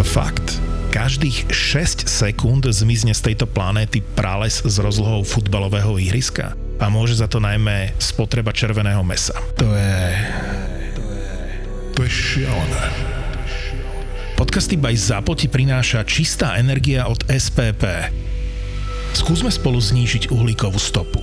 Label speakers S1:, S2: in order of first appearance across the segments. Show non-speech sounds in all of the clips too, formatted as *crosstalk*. S1: Fakt. Každých 6 sekúnd zmizne z tejto planéty prales s rozlohou futbalového ihriska a môže za to najmä spotreba červeného mesa. To je...
S2: To je šialené.
S1: Podcasty by Zapo ti prináša čistá energia od SPP. Skúsme spolu znížiť uhlíkovú stopu.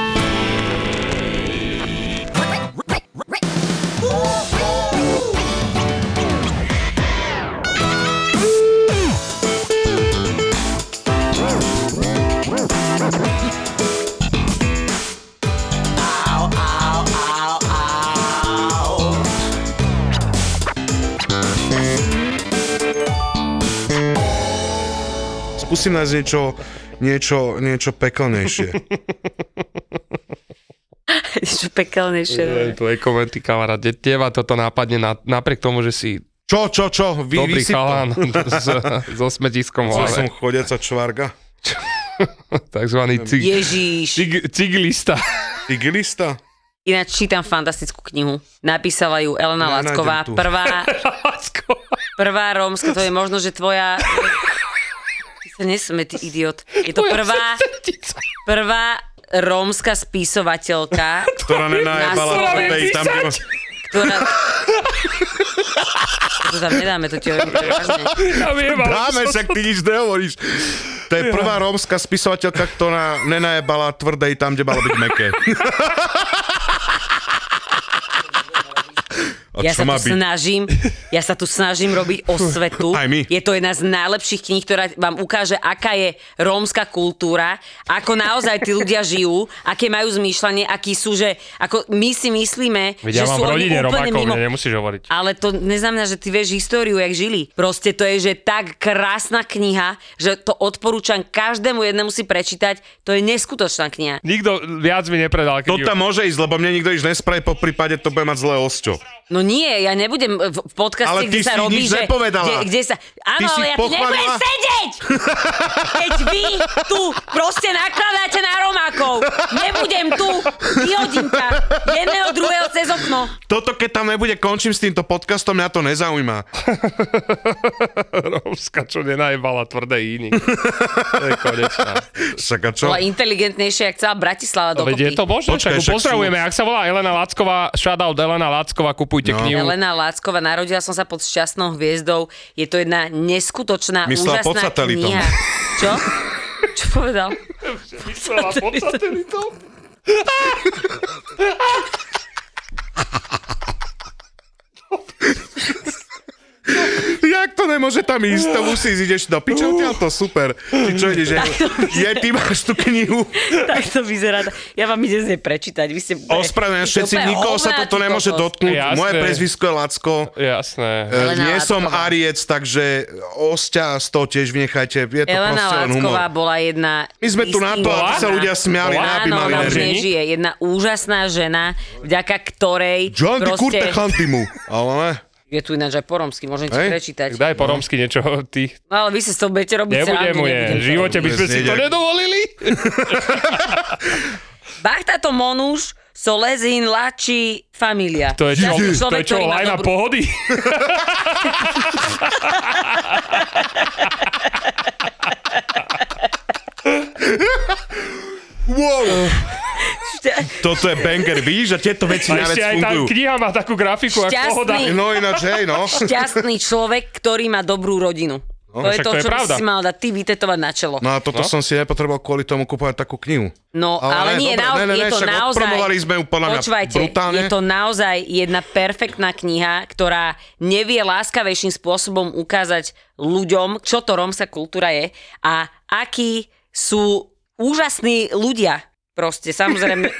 S3: Skúsim nájsť niečo, niečo, niečo pekelnejšie.
S4: Niečo pekelnejšie.
S5: Je, tvoje komenty, kamarát. De- Teba toto nápadne na, napriek tomu, že si
S3: *laughs* Čo, čo, čo? Vy,
S5: dobrý
S3: vysyp to.
S5: *laughs* chalán s, so smetiskom v
S3: Čo
S5: hlave.
S3: som chodiaca čvarga?
S5: Takzvaný cig,
S4: Ježíš.
S5: cig, ciglista.
S3: Tigrista?
S4: Ináč čítam fantastickú knihu. Napísala ju Elena
S3: Ja
S4: Lacková,
S3: nájdem tu.
S4: prvá,
S5: Lásko.
S4: prvá rómska,
S3: *laughs*
S4: to je možno, že tvoja... Ty sa nesme, ty idiot. Je to
S5: *laughs*
S4: prvá, prvá rómska spisovateľka,
S3: *laughs* Ktorá nenajebala
S4: Nás-
S3: v tej tam, kde ma...
S4: ktorá...
S3: *laughs*
S4: To tam nedáme, to ti hovorím, to je vážne.
S5: Ja viem, ale
S3: Dáme, však ty nič nehovoríš. To je prvá rómska spisovateľka, ktorá nenajebala tvrdej tam, kde malo byť meké. A
S4: Ja sa
S3: čo má
S4: tu
S3: byť?
S4: snažím, ja sa tu snažím robiť osvetu.
S3: Aj my.
S4: Je to jedna z najlepších kníh, ktorá vám ukáže, aká je rómska kultúra, ako naozaj tí ľudia žijú, aké majú zmýšľanie, akí sú, že ako my si myslíme,
S5: Veď ja
S4: že
S5: mám v
S4: sú oni
S5: rodine
S4: úplne
S5: Romákov,
S4: mimo.
S5: mne nemusíš hovoriť.
S4: Ale to neznamená, že ty vieš históriu, jak žili. Proste to je, že tak krásna kniha, že to odporúčam každému jednému si prečítať. To je neskutočná kniha.
S5: Nikto viac mi nepredal.
S3: To tam môže ísť, lebo mne nikto nič nespraje, po prípade to bude mať zlé osťo.
S4: No nie, ja nebudem v v podcaste,
S3: Ale ty
S4: kde sa
S3: si
S4: robí,
S3: nič
S4: že...
S3: nepovedala.
S4: Kde, kde sa... Áno,
S3: si
S4: ale ja tu
S3: pochválila-
S4: nebudem
S3: *laughs*
S4: sedieť! Keď vy tu proste nakladáte na Romákov. Nebudem tu. Vyhodím ťa. Jedného, druhého cez okno.
S5: No.
S3: Toto, keď tam nebude, končím s týmto podcastom, mňa to nezaujíma.
S5: *laughs* Rómska, čo nenajebala tvrdé iní. To je konečná.
S3: Však a čo?
S4: Bola inteligentnejšia, jak celá Bratislava
S5: No Veď je
S4: dokopy.
S5: to možné,
S3: Počkaj,
S5: Počkaj,
S3: však sú-
S5: pozdravujeme, ak sa volá Elena Lacková, shoutout Elena Lacková, kupujte
S3: No.
S5: no. knihu.
S4: Elena Láckova, narodila som sa pod šťastnou hviezdou. Je to jedna neskutočná,
S3: Myslela pod
S4: úžasná
S3: satelitom. *laughs*
S4: kniha. Čo? Čo povedal?
S5: Myslela pod satelitom?
S3: Jak to nemôže tam ísť? To musí ísť, ideš do piče, odtiaľ to super. Ty čo ideš? Je, je ty máš tú
S4: *laughs*
S3: knihu.
S4: tak to vyzerá. Ja vám idem z nej prečítať. Vy ste...
S3: Ospravedlňujem
S4: Ty si
S3: všetci,
S4: úplne
S3: nikoho sa
S4: hovná,
S3: toto
S4: ty
S3: nemôže
S4: kokos.
S3: dotknúť.
S5: Jasné.
S3: Moje prezvisko je Lacko.
S5: Jasné.
S3: E,
S4: Elena
S3: Nie som
S4: Lacková.
S3: Ariec, takže osťa z toho tiež vynechajte. Je to
S4: Elena
S3: proste len humor.
S4: Lacková bola jedna...
S3: My sme tu na to, aby sa ľudia smiali,
S5: Bola?
S3: ne aby
S4: Áno,
S3: mali
S4: ona už
S3: nervy.
S4: nežije. Jedna úžasná žena, vďaka ktorej
S3: John ty
S4: proste...
S3: kurte chantimu. Ale ne.
S4: Je tu ináč aj po romsky, môžem ti
S3: Hej?
S5: Tak
S4: prečítať.
S5: daj po romsky niečo, ty.
S4: No, ale vy sa s tou budete robiť
S5: Nebudem
S4: srandu,
S5: mu je.
S4: nebudem
S5: V
S4: to
S5: živote by sme
S3: Dnes
S5: si to
S3: nejde.
S5: nedovolili.
S4: Bachtato Monuš, Solezin, Lači, Familia.
S5: To je čo,
S4: Zase
S5: to je čo
S4: ktorý má
S5: lajna
S4: dobrú-
S5: pohody?
S3: Wow. Toto je banger, vidíš? A tieto veci
S5: A
S3: najviac
S5: ešte aj tá
S3: fungujú.
S5: kniha má takú grafiku, ako
S4: Šťastný.
S5: pohoda.
S3: No ináč, hej, no.
S4: Šťastný človek, ktorý má dobrú rodinu. to je
S5: však
S4: to,
S5: to je
S4: čo by
S5: pravda.
S4: si mal dať ty vytetovať na čelo.
S3: No a toto
S5: No.
S3: som si nepotreboval kvôli tomu kúpovať takú knihu.
S4: No, ale, nie,
S3: dobre,
S4: naoz-
S3: ne, ne, ne,
S4: je to
S3: však
S4: naozaj...
S3: odpromovali sme ju podľa mňa
S4: Počúvajte,
S3: brutálne.
S4: je to naozaj jedna perfektná kniha, ktorá nevie láskavejším spôsobom ukázať ľuďom, čo to rómska kultúra je a akí sú úžasní ľudia. Proste, samozrejme,
S3: *laughs*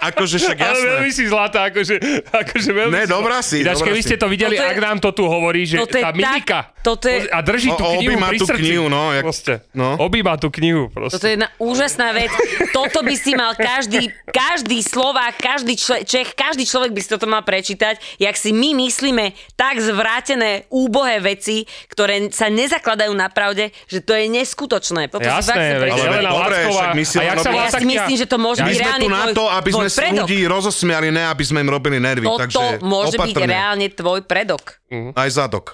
S3: Akože však
S2: Ale veľmi
S3: jasné.
S2: si zlatá, akože, akože veľmi
S3: Ne,
S2: si-
S3: dobrá si,
S2: Ináč,
S3: dobrá
S2: keby
S3: si.
S2: ste to videli,
S4: Toto je-
S2: ak nám to tu hovorí, že
S4: toto je
S2: tá
S4: tak-
S2: mimika
S4: toto je-
S2: a drží tú
S3: O-
S2: knihu
S3: objíma
S2: pri
S3: tú
S2: srdci.
S3: knihu, no, jak-
S2: proste.
S3: no.
S2: Objíma tú knihu, proste.
S4: toto je jedna úžasná vec. Toto by si mal každý, každý Slovák, každý čle, Čech, každý človek by si toto mal prečítať, jak si my myslíme tak zvrátené, úbohé veci, ktoré sa nezakladajú na pravde, že to je neskutočné. Toto si fakt
S2: Jasné,
S4: sa
S2: veď
S4: prečítaj.
S3: Ale veď
S2: Jelena
S3: dobre,
S2: Lacková.
S3: však my si len
S2: a jak sa
S3: robíme-
S2: volá
S4: Ja
S2: tá
S4: si
S2: kniha?
S4: myslím, že to môže
S3: My
S4: byť
S3: sme
S4: reálne
S3: tu na
S4: tvoj,
S3: to, aby sme
S4: tvoj
S3: si
S4: predok.
S3: ľudí rozosmiali, ne aby sme im robili nervy.
S4: Toto
S3: takže
S4: môže byť
S3: opatrne.
S4: reálne tvoj predok.
S3: Aj zadok.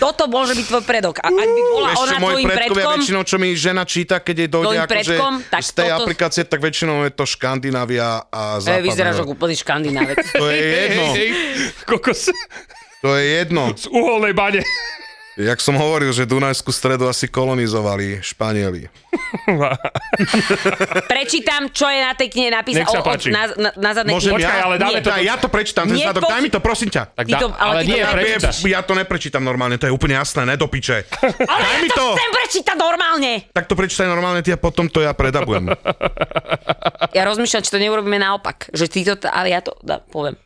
S4: Toto môže byť tvoj predok. A ak by bola
S3: Ešte
S4: ona
S3: moji
S4: tvojim
S3: predkovia
S4: predkom,
S3: väčšinou, čo mi žena číta, keď jej dojde
S4: Tvojim
S3: akože
S4: predkom? Tak
S3: z tej
S4: toto-
S3: aplikácie, tak väčšinou je to Škandinávia a
S4: e,
S3: západná.
S4: vyzeráš ako úplný
S3: *laughs*
S4: škandinávec.
S3: To je jedno,
S2: Kokos
S3: to je jedno.
S2: z uholnej bane.
S3: Jak som hovoril, že Dunajskú stredu asi kolonizovali Španieli.
S4: Prečítam, čo je na tej knihe napísané.
S2: Nech sa
S4: O- o-
S2: páči.
S4: Na, na, na zadnej
S3: Môžem
S4: knihe.
S2: Počkaj, ale
S4: Nie.
S2: dáme to
S3: Daj, ja to prečítam, ten
S4: Nepo-
S3: zadok, daj mi to, prosím ťa.
S2: Tak
S4: Ty
S2: dá,
S4: to- ale ty
S2: ale
S4: to
S2: nie,
S4: dá-
S2: prečítaš.
S3: Ja to neprečítam normálne, to je úplne jasné, ne do piče.
S4: *laughs* Ale
S3: Daj
S4: ja
S3: mi
S4: to
S3: to!
S4: chcem prečítať normálne.
S3: Tak to prečítaj normálne ty a potom to ja
S4: *laughs*
S3: predabujem.
S4: Ja rozmýšľam, či to neurobíme naopak. Že ty to, t- ale ja to dá, poviem.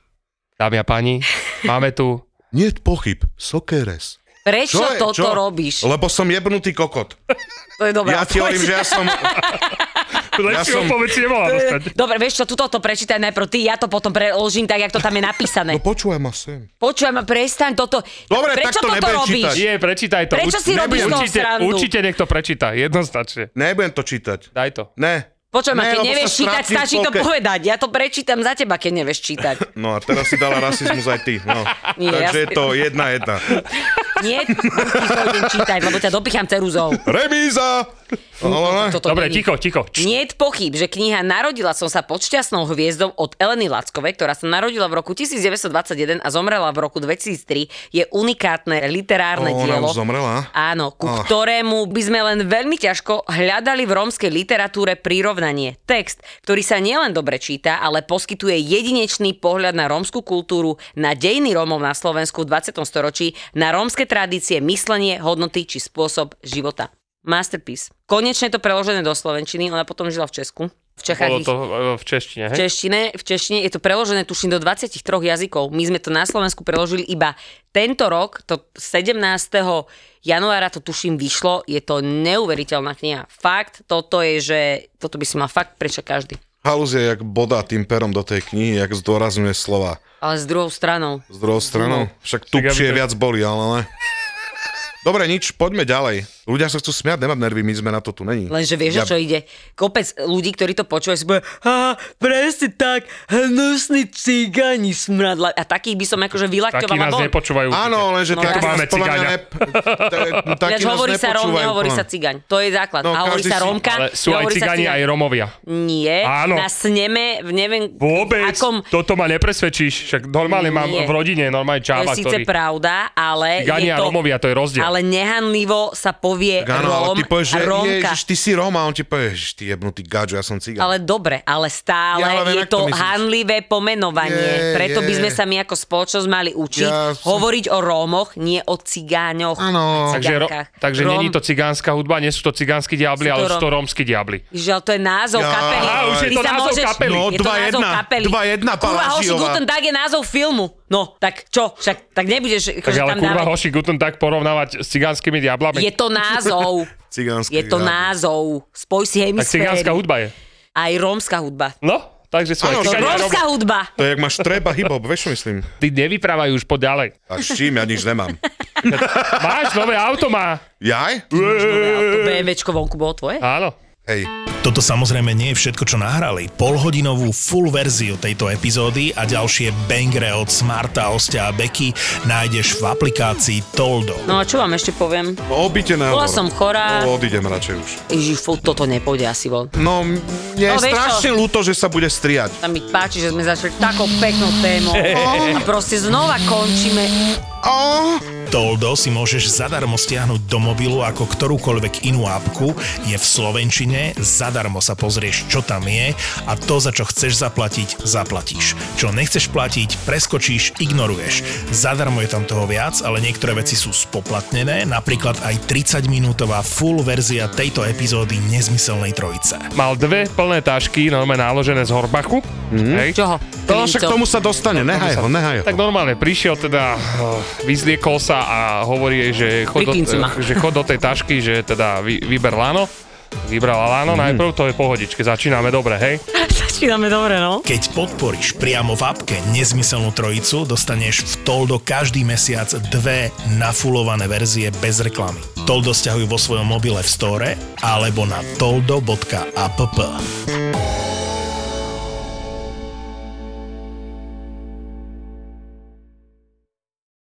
S5: Dámy a páni, máme tu
S3: Nie pochyb, Sokeres.
S4: Prečo
S3: Čo je-
S4: toto
S3: čo?
S4: robíš?
S3: Lebo som jebnutý kokot.
S4: To je dobrá
S3: Ja ti
S4: odpoveď.
S3: hovorím, že ja som...
S2: Lepšiu
S3: som-
S2: odpoveď si nemohla dostať.
S4: *laughs* Dobre, vieš čo, tuto to prečítaj najprv ty, ja to potom preložím tak, jak to tam je napísané.
S3: *laughs* No počúvaj ma sem.
S4: Počujem ma, prestaň toto.
S3: Dobre,
S4: prečo
S3: tak to
S4: toto
S3: nebudem
S4: robíš?
S3: čítať.
S2: Nie, prečítaj to.
S4: Prečo si robíš z toho
S2: určite,
S4: srandu?
S2: určite niekto prečíta, jednoznačne.
S3: Nebudem to čítať.
S2: Daj to.
S3: Ne.
S4: Počujem ma,
S3: Ne,
S4: keď
S3: lebo
S4: nevieš
S3: sa
S4: čítať,
S3: strátim v
S4: stačí to
S3: polke.
S4: povedať. Ja to prečítam za teba, keď nevieš čítať.
S3: No a teraz si dala rasizmus aj ty. No.
S4: Nie,
S3: Takže
S4: ja-
S3: je to jedna jedna.
S4: Nie, *laughs* buď ti to idem čítať, lebo ťa dopichám ceruzou.
S3: Remíza! No, no, no.
S4: Toto
S2: Dobre,
S4: není.
S2: ticho, ticho. Č-
S4: Nie je pochyb, že kniha Narodila som sa pod šťastnou hviezdou od Eleny Lackovej, ktorá sa narodila v roku 1921 a zomrela v roku 2003, je unikátne literárne
S3: O, ona
S4: dielo.
S3: už zomrela?
S4: Áno, ku
S3: Ach.
S4: ktorému by sme len veľmi ťažko hľadali v rómskej literatúre prirovnanie. Text, ktorý sa nielen dobre číta, ale poskytuje jedinečný pohľad na rómsku kultúru, na dejiny Rómov na Slovensku v 20. storočí, na rómske tradície, myslenie, hodnoty či spôsob života. Masterpiece. Konečne je to preložené do Slovenčiny, ona potom žila v Česku. V Čechách
S2: Bolo
S4: ich-
S2: to e, v češtine,
S4: v
S2: hej?
S4: češtine, v češtine je to preložené tuším do 23 jazykov. My sme to na Slovensku preložili iba tento rok, to 17. januára to tuším vyšlo. Je to neuveriteľná kniha. Fakt, toto je, že toto by si mal fakt prečo každý.
S3: Halus je jak bodá tým perom do tej knihy, jak zdôrazňuje slova.
S4: Ale s druhou stranou.
S3: Z druhou stranou, však tu
S2: aby
S3: je
S2: to-
S3: viac boli, ale ne. Dobre, nič, poďme ďalej. Ľudia sa chcú smiať, nemám nervy, my sme na to tu není.
S4: Lenže vieš, ja... čo ide? Kopec ľudí, ktorí to počúvajú, si bude, ha, presne tak, hnusní cigáni smradla. A takých by som akože
S2: Takí
S4: vylakťovala
S2: nás
S4: von.
S2: nepočúvajú.
S3: Áno,
S2: určite.
S3: lenže
S4: No,
S3: no, taký
S4: ja-
S3: nás
S2: Máme
S3: podľa mňa
S2: cigáňa.
S3: ne... t- Taký
S4: Ináč
S3: nás
S4: hovorí sa Róm,
S3: nepočúvajú,
S4: nehovorí
S3: podľa
S4: sa
S3: mňa.
S4: cigaň. To je základ.
S3: No,
S4: a hovorí
S3: každý
S4: sa
S3: si-
S4: Rómka.
S2: Ale sú aj
S4: hovorí sa
S2: cigáni,
S4: cigáň.
S2: aj Romovia.
S4: Nie,
S2: Áno.
S4: na sneme, v neviem
S2: Vôbec,
S4: akom...
S2: toto ma nepresvedčíš. Však normálne mám
S4: Nie.
S2: v rodine, normálne
S4: To
S2: čáva,
S4: je síce
S2: ktorý...
S4: pravda, ale
S2: Cigáni
S4: je
S2: a
S4: to...
S2: Romovia, to je rozdiel.
S4: Ale nehanlivo sa povie
S3: Tak áno, ale
S4: Róm,
S3: ty povieš, že
S4: Rómka.
S3: ježiš, ty si Róm a on ti povie, ježiš, ty jebnutý gačo, ja som cigán.
S4: Ale dobre, ale stále
S3: Ja ale
S4: je
S3: viem, ak to
S4: to
S3: myslíš.
S4: hanlivé pomenovanie.
S3: Je,
S4: Preto by
S3: je.
S4: sme sa my ako spoločnosť mali učiť
S3: Ja som-
S4: hovoriť o Rómoch, nie o cigáňoch.
S3: Áno.
S4: a
S2: Takže, ro-
S4: cigánkach.
S2: takže
S4: Róm-
S2: není to cigánska hudba, nie sú to cigánsky
S4: Sú to
S2: diabli, ale sú to
S4: Róm-
S2: rómsky diabli.
S4: Ježiš, ale to je názov
S3: Ja,
S4: kapely.
S3: aha, už je
S4: Ty
S2: to
S4: sa
S2: názov
S4: môžeš-
S2: kapely.
S3: No,
S4: je to
S3: 2-1,
S4: názov kapely. Kurva,
S3: 2-1
S4: Hoši
S3: Palašiová.
S4: Guten Tag je názov filmu. No, tak čo? Však tak nebudeš
S2: Takže
S4: akože
S2: ale
S4: tam
S2: kurva
S4: dávať.
S2: hoši Guten tak porovnávať s cigánskymi diablami.
S4: Je to
S3: *laughs*
S4: názov.
S3: Cigánsky
S4: Je to
S3: diabol.
S4: názov. Spoj si
S2: tak
S4: hemisféry.
S2: cigánska hudba je.
S4: Aj rómska hudba.
S2: No, takže sú aj
S3: Áno,
S4: To je
S2: cigáni. a
S4: rómska
S2: Romovia.
S4: hudba.
S3: To je, jak máš treba hip-hop, vieš, čo myslím?
S2: Ty nevyprávajú už po ďalej.
S3: A s čím, ja nič nemám.
S2: Máš nové auto, má.
S3: Jaj?
S4: To BMWčko vonku bolo tvoje?
S2: Áno.
S3: Hej.
S1: Toto samozrejme nie je všetko, čo nahrali. Polhodinovú full verziu tejto epizódy a ďalšie bangre od Smarta, Ostia a Beky nájdeš v aplikácii Toldo.
S4: No a čo vám ešte poviem?
S3: Obite na
S4: Bola som chorá.
S3: No, odídem radšej už.
S4: Ježiš, fú, toto nepôjde asi von.
S3: No, mne je
S4: No, vieš čo?
S3: strašne ľúto, že sa bude striať.
S4: Sa mi páči, že sme začali takou peknou témou. A proste znova končíme
S3: Oh.
S1: Toldo si môžeš zadarmo stiahnuť do mobilu ako ktorúkoľvek inú apku, je v Slovenčine, zadarmo sa pozrieš, čo tam je a to, za čo chceš zaplatiť, zaplatíš. Čo nechceš platiť, preskočíš, ignoruješ. Zadarmo je tam toho viac, ale niektoré veci sú spoplatnené, napríklad aj 30-minútová full verzia tejto epizódy Nezmyselnej trojice.
S2: Mal dve plné tašky, normálne náložené z Horbachu. Mm. Hej.
S4: Čoho?
S3: To však
S4: Klincov.
S3: tomu sa dostane, nehaj ho, nehaj ho.
S2: Tak normálne prišiel teda, eh, vyzliekol sa a hovorí jej, že chod, do,
S4: Priklinci ma.
S2: eh, že chod do tej tašky, že teda vy, vyber lano. Vybrala lano, mm. najprv to je pohodičke, začíname dobre, hej.
S4: Začíname dobre, no.
S1: Keď podporíš priamo v apke Nezmyselnú trojicu, dostaneš v Toldo každý mesiac dve nafulované verzie bez reklamy. Toldo stiahuj vo svojom mobile v store alebo na toldo.app.